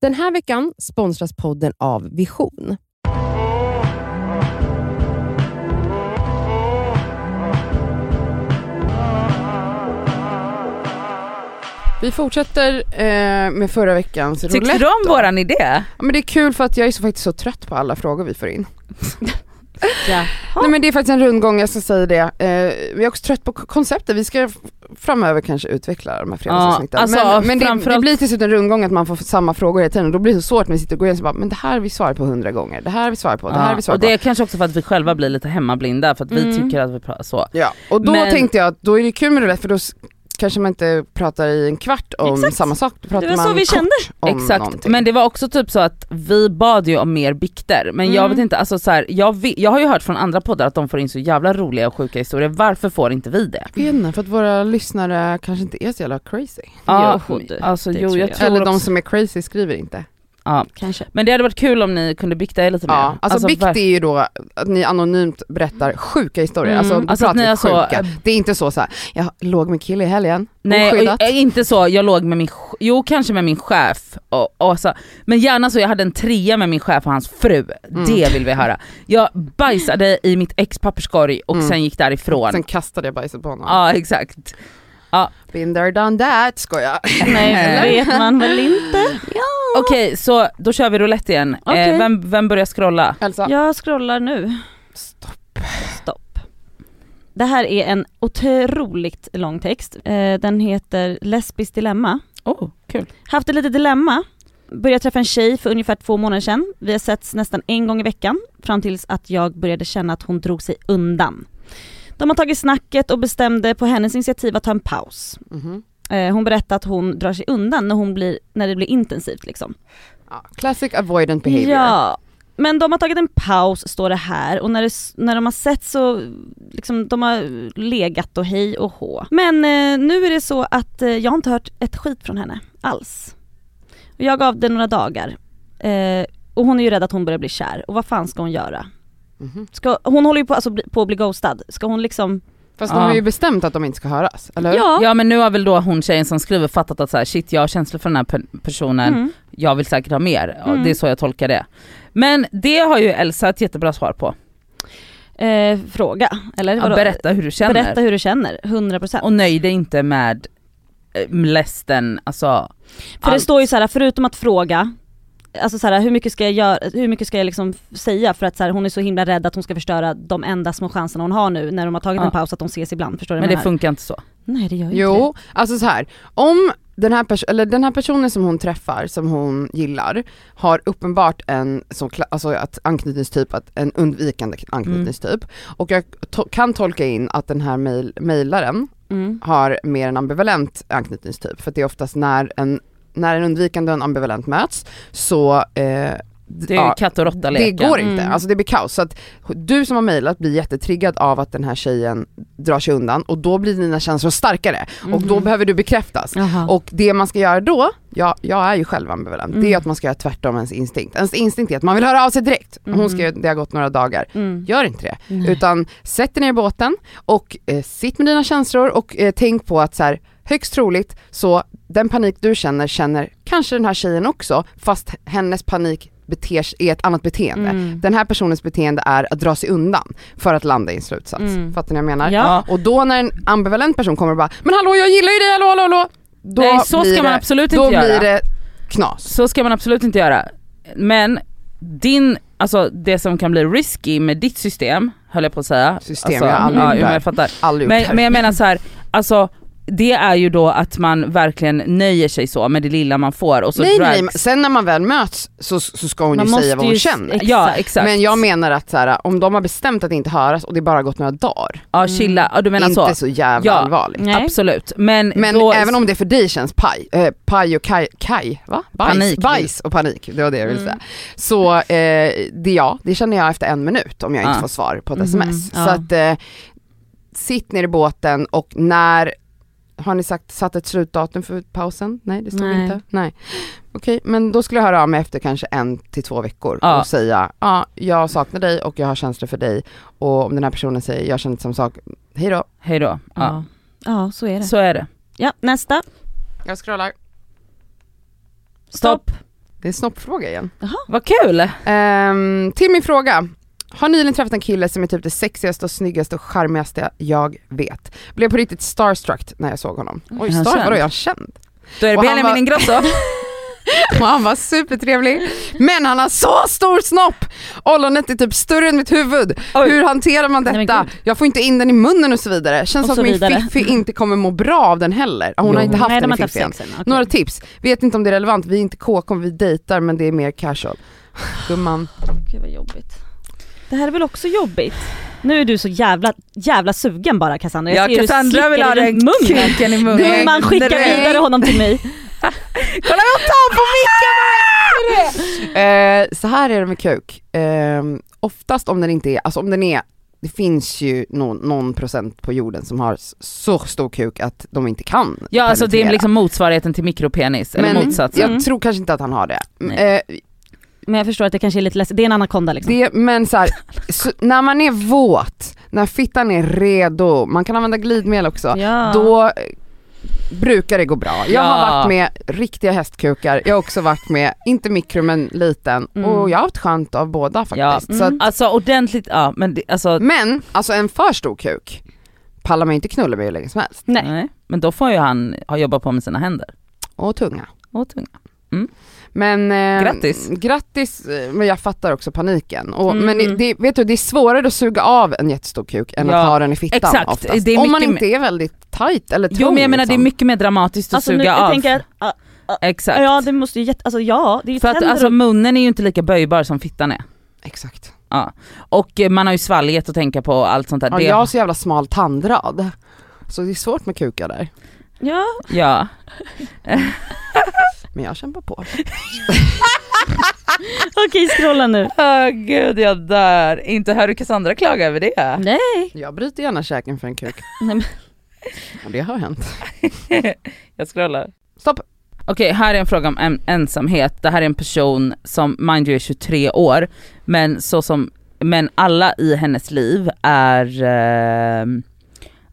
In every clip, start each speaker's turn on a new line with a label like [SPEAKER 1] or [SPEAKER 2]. [SPEAKER 1] Den här veckan sponsras podden av Vision. Vi fortsätter eh, med förra veckans
[SPEAKER 2] Tyckte du om
[SPEAKER 1] då.
[SPEAKER 2] våran idé?
[SPEAKER 1] Ja, men det är kul för att jag är så, faktiskt så trött på alla frågor vi får in.
[SPEAKER 2] Ja.
[SPEAKER 1] Nej men det är faktiskt en rundgång, jag ska säga det. Eh, men jag är också trött på k- konceptet, vi ska f- framöver kanske utveckla de här fredagsavsnitten.
[SPEAKER 2] Ja, alltså,
[SPEAKER 1] men men det, det
[SPEAKER 2] framförallt-
[SPEAKER 1] blir till slut en rundgång att man får samma frågor hela tiden och då blir det så svårt när vi sitter och går igenom så bara, men det här har vi svarat på hundra gånger, det här har vi svarat på, det här har vi
[SPEAKER 2] och
[SPEAKER 1] svarat
[SPEAKER 2] det
[SPEAKER 1] på.
[SPEAKER 2] är kanske också för att vi själva blir lite hemmablinda för att vi
[SPEAKER 1] Mm.
[SPEAKER 2] tycker att vi pratar så.
[SPEAKER 1] Ja. Och då
[SPEAKER 2] Men-
[SPEAKER 1] tänkte jag att då är det kul med roulette för då s- kanske man inte pratar i en kvart om
[SPEAKER 3] Exakt.
[SPEAKER 1] samma sak, då pratar
[SPEAKER 3] Det var
[SPEAKER 1] man
[SPEAKER 3] så vi
[SPEAKER 1] kort
[SPEAKER 3] kände.
[SPEAKER 1] om
[SPEAKER 2] Exakt,
[SPEAKER 1] någonting.
[SPEAKER 2] men det var också typ så att vi bad ju om mer bikter men jag
[SPEAKER 1] Mm.
[SPEAKER 2] vet inte, alltså så här, jag, vet, jag har ju hört från andra poddar att de får in så jävla roliga och sjuka historier, varför får inte vi det?
[SPEAKER 1] Jag vet inte, för att våra lyssnare kanske inte är så jävla crazy.
[SPEAKER 2] Ja,
[SPEAKER 3] Jo, det-
[SPEAKER 2] alltså,
[SPEAKER 3] det
[SPEAKER 2] jo,
[SPEAKER 3] tror
[SPEAKER 2] jag
[SPEAKER 3] jag.
[SPEAKER 2] tror
[SPEAKER 1] Eller de
[SPEAKER 2] också-
[SPEAKER 1] som är crazy skriver inte.
[SPEAKER 2] ja.
[SPEAKER 3] Kanske.
[SPEAKER 2] Men det hade varit kul om ni kunde bikta er lite mer.
[SPEAKER 1] Ja, alltså, bikt
[SPEAKER 2] var-
[SPEAKER 1] är ju då att ni anonymt berättar sjuka historier,
[SPEAKER 2] Mm,
[SPEAKER 1] alltså, då
[SPEAKER 2] alltså att
[SPEAKER 1] pratar
[SPEAKER 2] ni
[SPEAKER 1] vi
[SPEAKER 2] har så-
[SPEAKER 1] sjuka. Det är inte så så här, jag låg med kille i helgen,
[SPEAKER 2] Nej
[SPEAKER 1] oskyddat.
[SPEAKER 2] och, eh, inte så, jag låg med min, ch- jo kanske med min chef, och, och så, men gärna så jag hade en trea med min chef och hans fru,
[SPEAKER 1] Mm.
[SPEAKER 2] det vill vi höra. Jag bajsade i mitt ex papperskorg och
[SPEAKER 1] Mm.
[SPEAKER 2] sen gick därifrån.
[SPEAKER 1] Sen kastade jag bajset på honom.
[SPEAKER 2] Ja exakt.
[SPEAKER 1] Been there done that, skojar.
[SPEAKER 3] Nej, vet man väl inte.
[SPEAKER 2] Okej så då kör vi roulette igen. Eh,
[SPEAKER 3] Okej.
[SPEAKER 2] vem, vem börjar scrolla?
[SPEAKER 1] Elsa,
[SPEAKER 3] Jag scrollar nu.
[SPEAKER 1] stopp.
[SPEAKER 3] Stopp. Det här är en otroligt lång text. Eh, Den heter Lesbiskt dilemma.
[SPEAKER 2] Oh, kul.
[SPEAKER 3] Haft ett litet dilemma. Började träffa en tjej för ungefär två månader sedan. Vi har setts nästan en gång i veckan fram tills att jag började känna att hon drog sig undan. De har tagit snacket och bestämde på hennes initiativ att ta en paus.
[SPEAKER 1] Mhm.
[SPEAKER 3] Eh, Hon berättade att hon drar sig undan när, hon blir, när det blir intensivt liksom.
[SPEAKER 1] Ja, classic avoidant behavior.
[SPEAKER 3] Ja, men de har tagit en paus står det här och när, det, s- när de har sett så liksom de har legat och hej och hå. Men eh, nu är det så att eh, jag har inte hört ett skit från henne alls. Och jag gav det några dagar eh, och hon är ju rädd att hon börjar bli kär och vad fan ska hon göra?
[SPEAKER 1] Mhm.
[SPEAKER 3] Ska, hon håller ju på, alltså, bli- på att bli ghostad, ska hon liksom...
[SPEAKER 1] Fast
[SPEAKER 2] Ja.
[SPEAKER 1] de har ju bestämt att de inte ska höras, eller hur?
[SPEAKER 3] Ja!
[SPEAKER 2] Ja men nu har väl då hon tjejen som skriver fattat att så här, shit jag har känslor för den här pe- personen,
[SPEAKER 3] Mm.
[SPEAKER 2] jag vill säkert ha mer. Ja,
[SPEAKER 3] Mm.
[SPEAKER 2] Det är så jag tolkar det. Men det har ju Elsa ett jättebra svar på.
[SPEAKER 3] Eh, fråga, eller?
[SPEAKER 2] Ja,
[SPEAKER 3] vadå?
[SPEAKER 2] berätta hur du känner.
[SPEAKER 3] berätta hur du känner, 100%.
[SPEAKER 2] Och nöj dig inte med eh, lästen, alltså.
[SPEAKER 3] För det
[SPEAKER 2] allt.
[SPEAKER 3] står ju så här, förutom att fråga, alltså så här, hur mycket ska jag, göra, hur mycket ska jag liksom f- säga för att så här, hon är så himla rädd att hon ska förstöra de enda små chanserna hon har nu när de har tagit
[SPEAKER 2] Ja.
[SPEAKER 3] en paus att de ses ibland, förstår du
[SPEAKER 2] Men
[SPEAKER 3] vad
[SPEAKER 2] det
[SPEAKER 3] jag menar?
[SPEAKER 2] funkar inte så.
[SPEAKER 3] Nej det gör ju inte
[SPEAKER 1] Jo, alltså så här. om den här, pers- eller den här personen som hon träffar, som hon gillar, har uppenbart en sån kla- alltså att anknytningstyp, att en undvikande
[SPEAKER 2] Mm.
[SPEAKER 1] anknytningstyp. Och jag to- kan tolka in att den här mejl- mejlaren
[SPEAKER 3] det. Mm.
[SPEAKER 1] har mer en ambivalent anknytningstyp, för att det är oftast när en, när en undvikande och en ambivalent möts så eh,
[SPEAKER 2] Det är ju katt och råtta
[SPEAKER 1] det
[SPEAKER 2] leken.
[SPEAKER 1] går inte,
[SPEAKER 3] Mm.
[SPEAKER 1] alltså det blir kaos. Så att du som har mejlat blir jättetriggad av att den här tjejen drar sig undan och då blir dina känslor starkare och då
[SPEAKER 3] Mhm.
[SPEAKER 1] behöver du bekräftas.
[SPEAKER 3] Jaha.
[SPEAKER 1] Och det man ska göra då, ja, jag är ju själv ambivalent, det
[SPEAKER 3] Mm.
[SPEAKER 1] är att man ska göra tvärtom ens instinkt. Ens instinkt är att man vill höra av sig direkt. Hon
[SPEAKER 3] Mhm.
[SPEAKER 1] skrev det har gått några dagar.
[SPEAKER 3] mm.
[SPEAKER 1] Gör inte det.
[SPEAKER 3] Nej.
[SPEAKER 1] Utan sätt dig ner i båten och eh, sitt med dina känslor och eh, tänk på att så här, högst troligt så den panik du känner, känner kanske den här tjejen också fast hennes panik beter, sig- är ett annat beteende.
[SPEAKER 3] Mm.
[SPEAKER 1] Den här personens beteende är att dra sig undan för att landa i en slutsats.
[SPEAKER 3] Mm.
[SPEAKER 1] Fattar ni vad jag menar?
[SPEAKER 3] Ja.
[SPEAKER 1] Och då när en ambivalent person kommer och bara “men hallå jag gillar ju dig, hallå hallå hallå” då
[SPEAKER 2] Nej så
[SPEAKER 1] blir
[SPEAKER 2] ska man
[SPEAKER 1] det-
[SPEAKER 2] absolut
[SPEAKER 1] då
[SPEAKER 2] inte
[SPEAKER 1] blir
[SPEAKER 2] göra.
[SPEAKER 1] det knas.
[SPEAKER 2] Så ska man absolut inte göra. Men din, alltså det som kan bli risky med ditt system, höll jag på att säga.
[SPEAKER 1] System,
[SPEAKER 2] alltså,
[SPEAKER 1] jag har aldrig
[SPEAKER 2] ja,
[SPEAKER 1] gjort
[SPEAKER 2] jo,
[SPEAKER 1] det
[SPEAKER 2] men
[SPEAKER 1] här.
[SPEAKER 2] jag fattar.
[SPEAKER 1] Aldrig gjort det.
[SPEAKER 2] Men, men jag menar så här, alltså det är ju då att man verkligen nöjer sig så med det lilla man får och så
[SPEAKER 1] nej, nej,
[SPEAKER 2] drags-
[SPEAKER 1] nej, sen när man väl möts så, så ska hon
[SPEAKER 3] Man
[SPEAKER 1] ju säga
[SPEAKER 3] måste
[SPEAKER 1] vad hon
[SPEAKER 3] ju-
[SPEAKER 1] känner.
[SPEAKER 2] Ja exakt.
[SPEAKER 1] Men jag menar att så här, om de har bestämt att inte höras och det bara har gått några dagar,
[SPEAKER 2] ja chilla, ja, du menar
[SPEAKER 1] Mm, inte så,
[SPEAKER 2] så.
[SPEAKER 1] jävla
[SPEAKER 2] alltså, Ja.
[SPEAKER 1] allvarligt.
[SPEAKER 3] Nej.
[SPEAKER 2] Absolut. Men,
[SPEAKER 1] Men
[SPEAKER 2] då,
[SPEAKER 1] även om det för dig känns paj, eh, paj och kaj, kaj va? Bajs,
[SPEAKER 2] Panik.
[SPEAKER 1] bajs och panik, det var det jag ville
[SPEAKER 3] Mm.
[SPEAKER 1] säga. Så eh, det, ja, det känner jag efter en minut om jag inte
[SPEAKER 2] Ja.
[SPEAKER 1] får svar på ett
[SPEAKER 3] Mhm,
[SPEAKER 1] sms.
[SPEAKER 3] ja.
[SPEAKER 1] Så att eh, sitt ner i båten och när, har ni sagt, satt ett slutdatum för pausen? Nej det stod
[SPEAKER 3] Nej.
[SPEAKER 1] inte. Nej. Okej, men då skulle jag höra av mig efter kanske en till två veckor
[SPEAKER 2] Ja.
[SPEAKER 1] och säga, ja jag saknar dig och jag har känslor för dig och om den här personen säger, jag känner inte samma sak, hej då.
[SPEAKER 2] Hej då. Ja.
[SPEAKER 3] Ja. ja så är det.
[SPEAKER 2] Så är det.
[SPEAKER 3] Ja nästa.
[SPEAKER 1] Jag scrollar.
[SPEAKER 2] Stopp.
[SPEAKER 1] Det är en snoppfråga igen.
[SPEAKER 2] Vad kul!
[SPEAKER 1] Ehm, till min fråga. Har nyligen träffat en kille som är typ det sexigaste och snyggaste och charmigaste jag vet. Blev på riktigt starstruck när jag såg honom.
[SPEAKER 3] Mm.
[SPEAKER 1] Oj,
[SPEAKER 2] Är han
[SPEAKER 1] star,
[SPEAKER 2] känd?
[SPEAKER 1] vadå är han känd?
[SPEAKER 2] Då är det
[SPEAKER 1] Och han
[SPEAKER 2] Benjamin
[SPEAKER 1] var-
[SPEAKER 2] Ingrosso.
[SPEAKER 1] Och han var supertrevlig. Men han har så stor snopp! Ollonet är typ större än mitt huvud.
[SPEAKER 2] Oj.
[SPEAKER 1] Hur hanterar man
[SPEAKER 3] Nej, men
[SPEAKER 1] detta?
[SPEAKER 3] gud.
[SPEAKER 1] Jag får inte in den i munnen och så vidare. Känns
[SPEAKER 3] Och
[SPEAKER 1] som att
[SPEAKER 3] så
[SPEAKER 1] min
[SPEAKER 3] vidare.
[SPEAKER 1] fiffi inte kommer må bra av den heller. Ah, Hon har
[SPEAKER 2] Jo.
[SPEAKER 1] inte haft
[SPEAKER 3] Nej,
[SPEAKER 1] den
[SPEAKER 3] de har
[SPEAKER 1] i
[SPEAKER 3] inte haft
[SPEAKER 1] fiffin.
[SPEAKER 3] sex än. okej.
[SPEAKER 1] Några tips. Vet inte om det är relevant, vi är inte kk om vi dejtar men det är mer casual. Gumman.
[SPEAKER 3] Gud vad jobbigt. Det här är väl också jobbigt? Nu är du så jävla, jävla sugen bara Cassandra.
[SPEAKER 2] Ja,
[SPEAKER 3] ser hur du
[SPEAKER 2] Cassandra
[SPEAKER 3] slickar
[SPEAKER 2] vill ha
[SPEAKER 3] i
[SPEAKER 2] den
[SPEAKER 3] runt munnen.
[SPEAKER 2] kuken i munnen.
[SPEAKER 3] Gumman skicka
[SPEAKER 1] Nej.
[SPEAKER 3] vidare honom till mig.
[SPEAKER 1] Kolla vad hon tar på micken! eh, så här är det med kuk. Eh, oftast om den inte är, alltså om den är, det finns ju någon, någon procent på jorden som har s- så stor kuk att de inte kan
[SPEAKER 2] Ja alltså det är
[SPEAKER 1] penetrera.
[SPEAKER 2] liksom motsvarigheten till mikropenis, eller
[SPEAKER 1] Men
[SPEAKER 2] motsatsen.
[SPEAKER 1] jag
[SPEAKER 3] Mm.
[SPEAKER 1] tror kanske inte att han har det.
[SPEAKER 2] Nej.
[SPEAKER 1] Eh,
[SPEAKER 3] Men jag förstår att det kanske är lite läskigt, det är en anakonda liksom.
[SPEAKER 1] det men så här, så, när man är våt, när fittan är redo, man kan använda glidmedel också.
[SPEAKER 3] ja.
[SPEAKER 1] då eh, brukar det gå bra. Jag har
[SPEAKER 2] Ja.
[SPEAKER 1] varit med riktiga hästkukar, jag har också varit med, inte mikro men liten
[SPEAKER 3] Mm.
[SPEAKER 1] och jag har haft skönt av båda faktiskt.
[SPEAKER 2] Ja.
[SPEAKER 1] Så att,
[SPEAKER 3] Mm.
[SPEAKER 2] Alltså ordentligt, ja men det, alltså
[SPEAKER 1] men alltså en för stor kuk pallar man ju inte knulla med hur länge som helst.
[SPEAKER 3] Nej.
[SPEAKER 2] nej. Men då får ju han ha jobbat på med sina händer.
[SPEAKER 1] Och tunga.
[SPEAKER 2] Och tunga.
[SPEAKER 1] Men, eh,
[SPEAKER 2] Grattis.
[SPEAKER 1] Grattis, eh, men jag fattar också paniken. Och,
[SPEAKER 3] Mm.
[SPEAKER 1] Men det, det, vet du, det är svårare att suga av en jättestor kuk än
[SPEAKER 2] Ja,
[SPEAKER 1] att ha den i fittan
[SPEAKER 2] exakt.
[SPEAKER 1] oftast.
[SPEAKER 2] Det är
[SPEAKER 1] Om man
[SPEAKER 2] mycket
[SPEAKER 1] inte är väldigt tight eller tung.
[SPEAKER 2] Jo men jag menar det är
[SPEAKER 1] liksom.
[SPEAKER 2] mycket mer dramatiskt att
[SPEAKER 3] Alltså nu,
[SPEAKER 2] suga
[SPEAKER 3] jag
[SPEAKER 2] av.
[SPEAKER 3] tänker att, ah,
[SPEAKER 2] Exakt.
[SPEAKER 3] ja det måste ju jätte, alltså ja, det är ju
[SPEAKER 2] För att
[SPEAKER 3] tänder
[SPEAKER 2] alltså
[SPEAKER 3] och-
[SPEAKER 2] munnen är ju inte lika böjbar som fittan är.
[SPEAKER 1] Exakt.
[SPEAKER 2] Ja. Och eh, man har ju svalget att tänka på och allt sånt där.
[SPEAKER 1] Ja,
[SPEAKER 2] det,
[SPEAKER 1] jag har så jävla smal tandrad. Så det är svårt med kukar där.
[SPEAKER 3] Ja,
[SPEAKER 2] ja.
[SPEAKER 1] Men jag kämpar på.
[SPEAKER 3] okej scrolla nu.
[SPEAKER 2] Åh gud jag dör. Inte hör du Cassandra klaga över det.
[SPEAKER 3] Nej.
[SPEAKER 1] Jag bryter gärna käken för en kuk.
[SPEAKER 3] Nej, men-
[SPEAKER 1] Och det har hänt.
[SPEAKER 2] Jag scrollar.
[SPEAKER 1] Stopp!
[SPEAKER 2] Okej, här är en fråga om en- ensamhet. Det här är en person som mind you är 23 år, men, så som, men alla i hennes liv är ehm,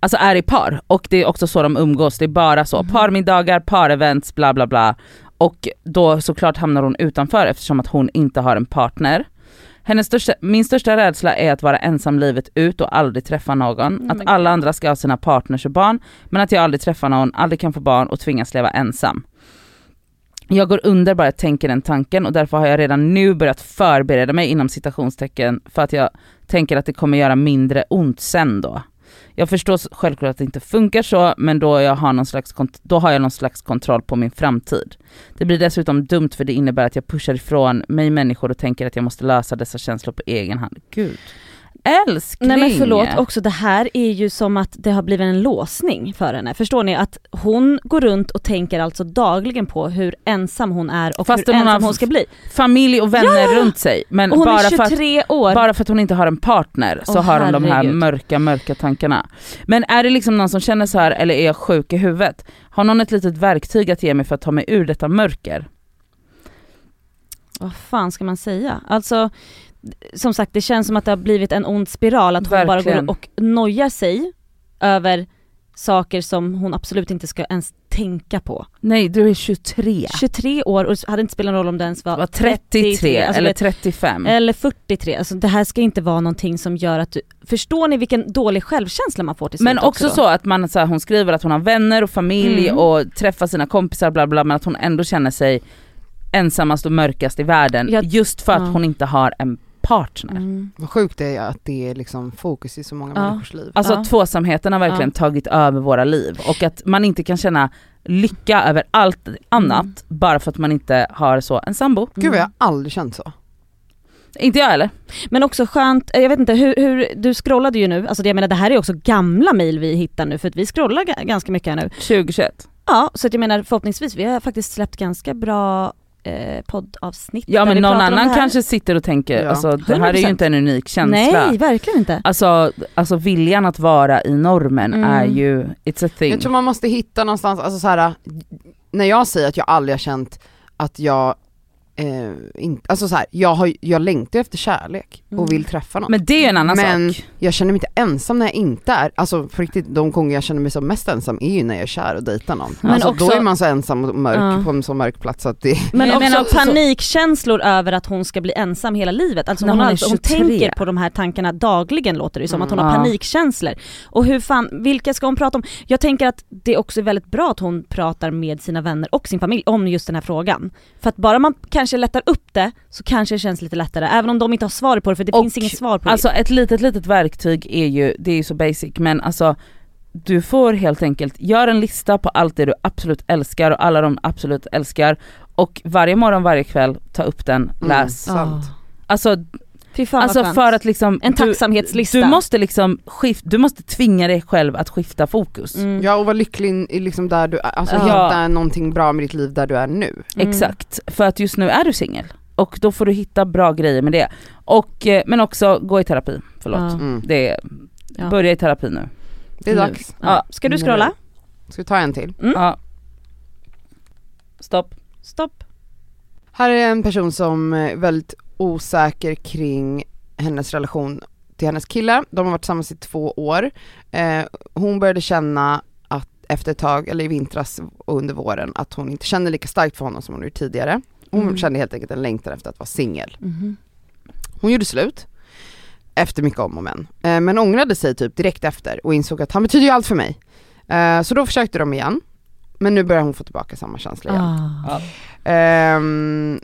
[SPEAKER 2] Alltså är i par och det är också så de umgås, det är bara så.
[SPEAKER 3] Mm.
[SPEAKER 2] Parmiddagar, parevents, bla bla bla. Och då såklart hamnar hon utanför eftersom att hon inte har en partner. Hennes största, min största rädsla är att vara ensam livet ut och aldrig träffa någon.
[SPEAKER 3] Mm, men
[SPEAKER 2] att
[SPEAKER 3] gud.
[SPEAKER 2] alla andra ska ha sina partners och barn men att jag aldrig träffar någon, aldrig kan få barn och tvingas leva ensam. Jag går under bara jag tänker den tanken och därför har jag redan nu börjat förbereda mig inom citationstecken för att jag tänker att det kommer göra mindre ont sen då. Jag förstår självklart att det inte funkar så, men då, jag har någon slags kont- då har jag någon slags kontroll på min framtid. Det blir dessutom dumt för det innebär att jag pushar ifrån mig människor och tänker att jag måste lösa dessa känslor på egen hand. Gud. Älskling!
[SPEAKER 3] Nej men förlåt, också det här är ju som att det har blivit en låsning för henne. Förstår ni? Att hon går runt och tänker alltså dagligen på hur ensam hon är och
[SPEAKER 2] Fastän
[SPEAKER 3] hur
[SPEAKER 2] hon har
[SPEAKER 3] ensam hon ska bli.
[SPEAKER 2] Familj och vänner runt sig. Men
[SPEAKER 3] Och hon
[SPEAKER 2] bara för
[SPEAKER 3] är
[SPEAKER 2] att
[SPEAKER 3] 23 år.
[SPEAKER 2] Bara för att hon inte har en partner så
[SPEAKER 3] Åh,
[SPEAKER 2] har hon de här
[SPEAKER 3] herregud.
[SPEAKER 2] mörka, mörka tankarna. Men är det liksom någon som känner så här eller är jag sjuk i huvudet? Har någon ett litet verktyg att ge mig för att ta mig ur detta mörker?
[SPEAKER 3] Vad fan ska man säga? Alltså som sagt det känns som att det har blivit en ond spiral att hon bara
[SPEAKER 2] Verkligen.
[SPEAKER 3] går och nojar sig över saker som hon absolut inte ska ens tänka på.
[SPEAKER 2] Nej, du är 23.
[SPEAKER 3] 23 år och det hade inte spelat någon roll om det ens var,
[SPEAKER 2] Det var 33
[SPEAKER 3] alltså,
[SPEAKER 2] eller
[SPEAKER 3] det-
[SPEAKER 2] 35.
[SPEAKER 3] eller 43, alltså det här ska inte vara någonting som gör att du, förstår ni vilken dålig självkänsla man får till slut
[SPEAKER 2] Men också
[SPEAKER 3] då?
[SPEAKER 2] så att man, så här, hon skriver att hon har vänner och familj
[SPEAKER 3] Mm.
[SPEAKER 2] och träffar sina kompisar bla bla men att hon ändå känner sig ensammast och mörkast i världen
[SPEAKER 3] Jag-
[SPEAKER 2] just för att
[SPEAKER 3] Ja.
[SPEAKER 2] hon inte har en partner.
[SPEAKER 3] Mm.
[SPEAKER 1] Vad sjukt det är att det är liksom fokus i så många
[SPEAKER 3] Ja.
[SPEAKER 1] människors liv.
[SPEAKER 2] Alltså
[SPEAKER 3] Ja.
[SPEAKER 2] tvåsamheten har verkligen tagit över våra liv och att man inte kan känna lycka över allt annat
[SPEAKER 3] Mm.
[SPEAKER 2] bara för att man inte har så en sambo.
[SPEAKER 1] Gud vad jag har aldrig känt så.
[SPEAKER 2] Inte jag eller?
[SPEAKER 3] Men också skönt, eh, jag vet inte hur, hur du scrollade ju nu, alltså det- jag menar det här är också gamla mejl vi hittar nu för att vi scrollar ga- ganska mycket här nu.
[SPEAKER 2] 2021.
[SPEAKER 3] Ja, så att jag menar förhoppningsvis, vi har faktiskt släppt ganska bra eh, poddavsnitt
[SPEAKER 2] Ja
[SPEAKER 3] där
[SPEAKER 2] men
[SPEAKER 3] vi
[SPEAKER 2] någon
[SPEAKER 3] pratar om det
[SPEAKER 2] annan
[SPEAKER 3] här.
[SPEAKER 2] kanske sitter och tänker,
[SPEAKER 1] Ja.
[SPEAKER 2] alltså, det här är ju
[SPEAKER 3] 100%.
[SPEAKER 2] inte en unik känsla.
[SPEAKER 3] Nej, verkligen inte.
[SPEAKER 2] Alltså, alltså viljan att vara i normen
[SPEAKER 3] Mm.
[SPEAKER 2] är ju, it's a thing.
[SPEAKER 1] Jag tror man måste hitta någonstans, alltså så här, när jag säger att jag aldrig har känt att jag eh, in, alltså så här, jag, har, jag längtar efter kärlek
[SPEAKER 3] Mm.
[SPEAKER 1] och vill träffa någon.
[SPEAKER 2] Men det är en annan
[SPEAKER 1] Men-
[SPEAKER 2] sak.
[SPEAKER 1] Jag känner mig inte ensam när jag inte är, alltså på riktigt de gånger jag känner mig som mest ensam är ju när jag är kär och dejtar någon.
[SPEAKER 3] Men
[SPEAKER 1] alltså då
[SPEAKER 3] också-
[SPEAKER 1] är man så ensam och mörk
[SPEAKER 3] Ja.
[SPEAKER 1] på en så mörk plats att det,
[SPEAKER 3] Men
[SPEAKER 2] jag
[SPEAKER 3] också,
[SPEAKER 2] menar också så-
[SPEAKER 3] panikkänslor över att hon ska bli ensam hela livet. Alltså
[SPEAKER 2] När
[SPEAKER 3] hon,
[SPEAKER 2] hon är
[SPEAKER 3] alltså, hon
[SPEAKER 2] 23.
[SPEAKER 3] tänker på de här tankarna dagligen låter det ju som, att hon har
[SPEAKER 2] Mm, ja.
[SPEAKER 3] panikkänslor. Och hur fan, vilka ska hon prata om? Jag tänker att det också är väldigt bra att hon pratar med sina vänner och sin familj om just den här frågan. För att bara man kanske lättar upp det så kanske det känns lite lättare. Även om de inte har svar på det för det
[SPEAKER 2] Och,
[SPEAKER 3] finns inget svar på det.
[SPEAKER 2] Alltså ett litet litet verktyg är ju, det är ju så basic men alltså du får helt enkelt, gör en lista på allt det du absolut älskar och alla de absolut älskar och varje morgon, varje kväll, ta upp den, läs.
[SPEAKER 1] Mm, sant.
[SPEAKER 2] Alltså,
[SPEAKER 3] Fy fan vad
[SPEAKER 2] alltså
[SPEAKER 3] skönt.
[SPEAKER 2] för att liksom
[SPEAKER 3] En
[SPEAKER 2] du,
[SPEAKER 3] tacksamhetslista.
[SPEAKER 2] du måste liksom skift, du måste tvinga dig själv att skifta fokus.
[SPEAKER 3] Mm.
[SPEAKER 1] Ja och vara lycklig in- i liksom där du är, alltså
[SPEAKER 2] Ja.
[SPEAKER 1] hitta någonting bra med ditt liv där du är nu.
[SPEAKER 3] Mm.
[SPEAKER 2] Exakt, för att just nu är du singel och då får du hitta bra grejer med det. Och, eh, men också gå i terapi, förlåt.
[SPEAKER 3] Ja.
[SPEAKER 1] Mm.
[SPEAKER 2] Det är,
[SPEAKER 3] Ja.
[SPEAKER 2] Börja i terapi nu. Mm.
[SPEAKER 1] Det är
[SPEAKER 3] Nu.
[SPEAKER 1] dags.
[SPEAKER 3] Ja. Ska du scrolla?
[SPEAKER 1] Ska vi ta en till?
[SPEAKER 3] Mm.
[SPEAKER 2] Ja. Stopp.
[SPEAKER 3] Stopp.
[SPEAKER 1] Här är en person som är väldigt osäker kring hennes relation till hennes kille. De har varit tillsammans i två år. Eh, hon började känna att efter ett tag, eller i vintras och under våren, att hon inte kände lika starkt för honom som hon gjorde tidigare. Hon
[SPEAKER 3] Mm.
[SPEAKER 1] kände helt enkelt en längtan efter att vara singel. Hon gjorde slut, efter mycket om och men. Eh, men ångrade sig typ direkt efter och insåg att han betyder ju allt för mig. Eh, så då försökte de igen. Men nu börjar hon få tillbaka samma känsla igen.
[SPEAKER 3] Ah.
[SPEAKER 1] Ehm,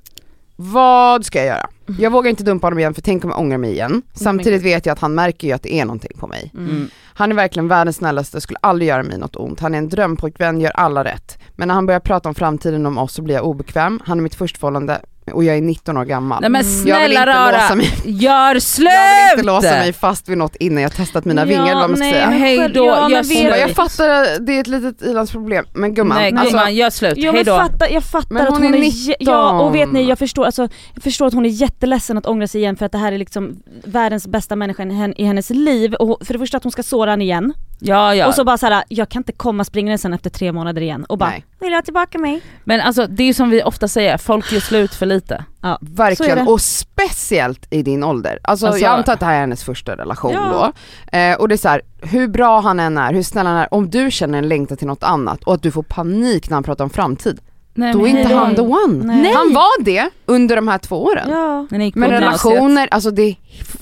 [SPEAKER 1] vad ska jag göra?
[SPEAKER 2] Mm.
[SPEAKER 1] Jag vågar inte dumpa honom igen för tänk om jag ångrar mig igen. Samtidigt vet jag att han märker ju att det är någonting på mig.
[SPEAKER 3] Mm.
[SPEAKER 2] Mm.
[SPEAKER 1] Han är verkligen världens snällaste, skulle aldrig göra mig något ont. Han är en drömpojkvän, gör alla rätt. Men när han börjar prata om framtiden om oss så blir jag obekväm. Han är mitt förstförhållande och jag är 19 år gammal.
[SPEAKER 2] Nej men
[SPEAKER 1] jag vill
[SPEAKER 2] snälla
[SPEAKER 1] inte låsa
[SPEAKER 2] rara,
[SPEAKER 1] mig,
[SPEAKER 2] gör slut!
[SPEAKER 1] jag vill inte låsa mig fast vid något innan jag testat mina
[SPEAKER 3] Ja,
[SPEAKER 1] vingar eller vad man ska
[SPEAKER 3] nej,
[SPEAKER 1] säga.
[SPEAKER 3] men
[SPEAKER 2] Hej
[SPEAKER 3] själv-
[SPEAKER 2] då,
[SPEAKER 3] ja,
[SPEAKER 2] jag
[SPEAKER 3] men
[SPEAKER 2] ser
[SPEAKER 1] Hon bara,
[SPEAKER 3] vet-
[SPEAKER 2] dig.
[SPEAKER 1] jag fattar, det är ett litet ilandsproblem. Men gumman,
[SPEAKER 2] Nej
[SPEAKER 1] alltså,
[SPEAKER 2] gumman, gör slut,
[SPEAKER 3] Ja, men
[SPEAKER 2] hejdå.
[SPEAKER 3] fatta, jag fattar
[SPEAKER 1] Men
[SPEAKER 3] att
[SPEAKER 1] hon
[SPEAKER 3] hon är,
[SPEAKER 1] är
[SPEAKER 3] jä- Ja och vet ni,
[SPEAKER 1] 19.
[SPEAKER 3] jag förstår, alltså, jag förstår att hon är jätteledsen att ångra sig igen för att det här är liksom världens bästa människa i hen- i hennes liv. Och för det första att hon ska såra honom igen.
[SPEAKER 2] ja, ja.
[SPEAKER 3] Och så bara såhär, jag kan inte komma springande sen efter tre månader igen och bara
[SPEAKER 1] Nej.
[SPEAKER 3] vill jag ha tillbaka mig?
[SPEAKER 2] Men alltså det är ju som vi ofta säger, folk gör slut för lite.
[SPEAKER 3] Ja. Så är
[SPEAKER 1] Verkligen,
[SPEAKER 3] det.
[SPEAKER 1] och speciellt i din ålder. Alltså,
[SPEAKER 2] Alltså-
[SPEAKER 1] jag antar att det här är hennes första relation
[SPEAKER 3] Ja.
[SPEAKER 1] då. Eh, och det är så här, hur bra han än är, hur snäll han är, om du känner en längtan till något annat och att du får panik när han pratar om framtid,
[SPEAKER 2] Nej,
[SPEAKER 1] då är
[SPEAKER 2] men
[SPEAKER 1] inte
[SPEAKER 2] hejdå.
[SPEAKER 1] han the one.
[SPEAKER 3] Nej.
[SPEAKER 1] Han var det under de här två åren.
[SPEAKER 3] Ja.
[SPEAKER 2] När ni gick på
[SPEAKER 1] Men
[SPEAKER 2] gymnasiet.
[SPEAKER 1] relationer, alltså det är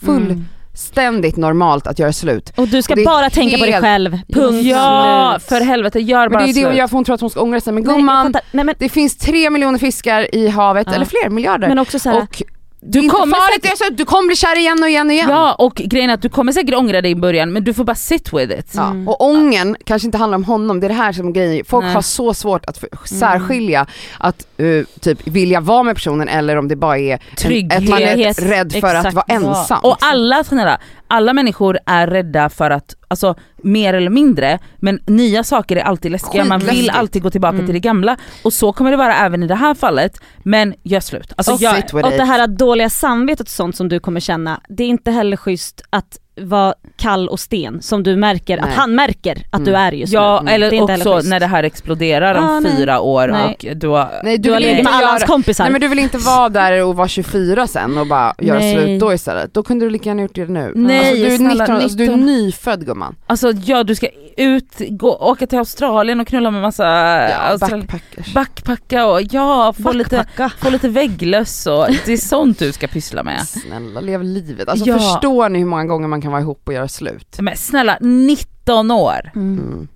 [SPEAKER 2] Mm.
[SPEAKER 1] fullständigt normalt att göra slut.
[SPEAKER 3] Och du ska
[SPEAKER 1] Det är
[SPEAKER 3] bara tänka på dig
[SPEAKER 1] helt-
[SPEAKER 3] själv, punkt
[SPEAKER 2] Ja,
[SPEAKER 3] slut.
[SPEAKER 2] för helvete gör
[SPEAKER 1] Men
[SPEAKER 2] bara
[SPEAKER 1] det är ju det hon
[SPEAKER 2] slut.
[SPEAKER 1] gör för hon tror att hon ska ångra sig, men
[SPEAKER 3] Nej, jag
[SPEAKER 1] gumman,
[SPEAKER 3] fattar. Nej, men,
[SPEAKER 1] det finns tre miljoner fiskar i havet,
[SPEAKER 3] Ja.
[SPEAKER 1] eller fler miljarder.
[SPEAKER 3] men alltså, också såhär,
[SPEAKER 1] och du
[SPEAKER 2] kommer
[SPEAKER 1] kommer, farligt,
[SPEAKER 2] säkert-
[SPEAKER 1] det är så, du kommer bli kär igen och igen och igen.
[SPEAKER 2] Ja och grejen är att du kommer säkert ångra dig i början men du får bara sit with it.
[SPEAKER 1] Ja.
[SPEAKER 3] Mm.
[SPEAKER 1] Och ången kanske inte handlar om honom, det är det här som är grejen. Folk
[SPEAKER 2] Nej.
[SPEAKER 1] har så svårt att för- särskilja att eh, typ vilja vara med personen eller om det bara är en,
[SPEAKER 2] Trygghet.
[SPEAKER 1] att man är rädd för
[SPEAKER 3] Exakt.
[SPEAKER 1] att vara ensam.
[SPEAKER 2] Och alla snälla, alla människor är rädda för att, alltså mer eller mindre, men nya saker är alltid läskiga, man vill
[SPEAKER 1] Skitläskigt.
[SPEAKER 2] alltid gå tillbaka
[SPEAKER 3] Mm.
[SPEAKER 2] till det gamla och så kommer det vara även i det här fallet, men gör slut. Alltså,
[SPEAKER 1] Och
[SPEAKER 2] gör-
[SPEAKER 1] sit with
[SPEAKER 3] och
[SPEAKER 1] it.
[SPEAKER 3] det här dåliga samvetet och sånt som du kommer känna, det är inte heller schysst att vara kall och sten som du märker, att
[SPEAKER 1] Nej.
[SPEAKER 3] han märker att du
[SPEAKER 1] Mm.
[SPEAKER 3] är just
[SPEAKER 2] ja,
[SPEAKER 3] nu. Det är
[SPEAKER 2] eller
[SPEAKER 3] inte heller
[SPEAKER 2] också
[SPEAKER 3] schysst.
[SPEAKER 2] när det här exploderar om
[SPEAKER 3] Ah, nej.
[SPEAKER 2] fyra år
[SPEAKER 3] Nej.
[SPEAKER 2] och du har...
[SPEAKER 1] Nej,
[SPEAKER 3] Du
[SPEAKER 1] du
[SPEAKER 3] har
[SPEAKER 1] vill
[SPEAKER 3] legat
[SPEAKER 1] inte
[SPEAKER 3] med alla hans
[SPEAKER 1] göra,
[SPEAKER 3] kompisar.
[SPEAKER 1] nej men du vill inte vara där och vara 24 sen och bara göra
[SPEAKER 3] Nej.
[SPEAKER 1] slut då istället. Då kunde du lika gärna gjort det nu.
[SPEAKER 2] Nej,
[SPEAKER 1] alltså, du, är
[SPEAKER 2] snälla,
[SPEAKER 1] 19, alltså, du är
[SPEAKER 2] 19.
[SPEAKER 1] nyfödd gumman.
[SPEAKER 2] Alltså ja, du ska ut, gå, åka till Australien och knulla med massa
[SPEAKER 1] Ja,
[SPEAKER 2] Austral-
[SPEAKER 1] backpackers.
[SPEAKER 2] backpacka och ja, få lite,
[SPEAKER 3] Backpacka.
[SPEAKER 2] få lite vägglöss och det är sånt du ska pyssla med.
[SPEAKER 1] Snälla lev livet. Alltså
[SPEAKER 2] Ja.
[SPEAKER 1] förstår ni hur många gånger man kan vara ihop och göra slut?
[SPEAKER 2] Men snälla, 19 år!
[SPEAKER 3] Mm.
[SPEAKER 1] Mm.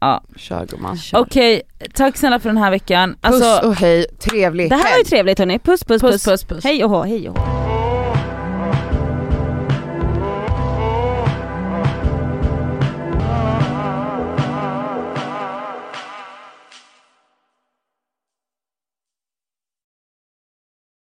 [SPEAKER 2] Ja.
[SPEAKER 1] Kör gumman. Puss
[SPEAKER 2] Okej, tack snälla för den här veckan. Alltså,
[SPEAKER 1] och hej, trevlig
[SPEAKER 3] Det här var
[SPEAKER 1] helg.
[SPEAKER 3] ju trevligt hörni, puss puss puss.
[SPEAKER 2] puss puss puss.
[SPEAKER 3] Hej och hå, hej och hå.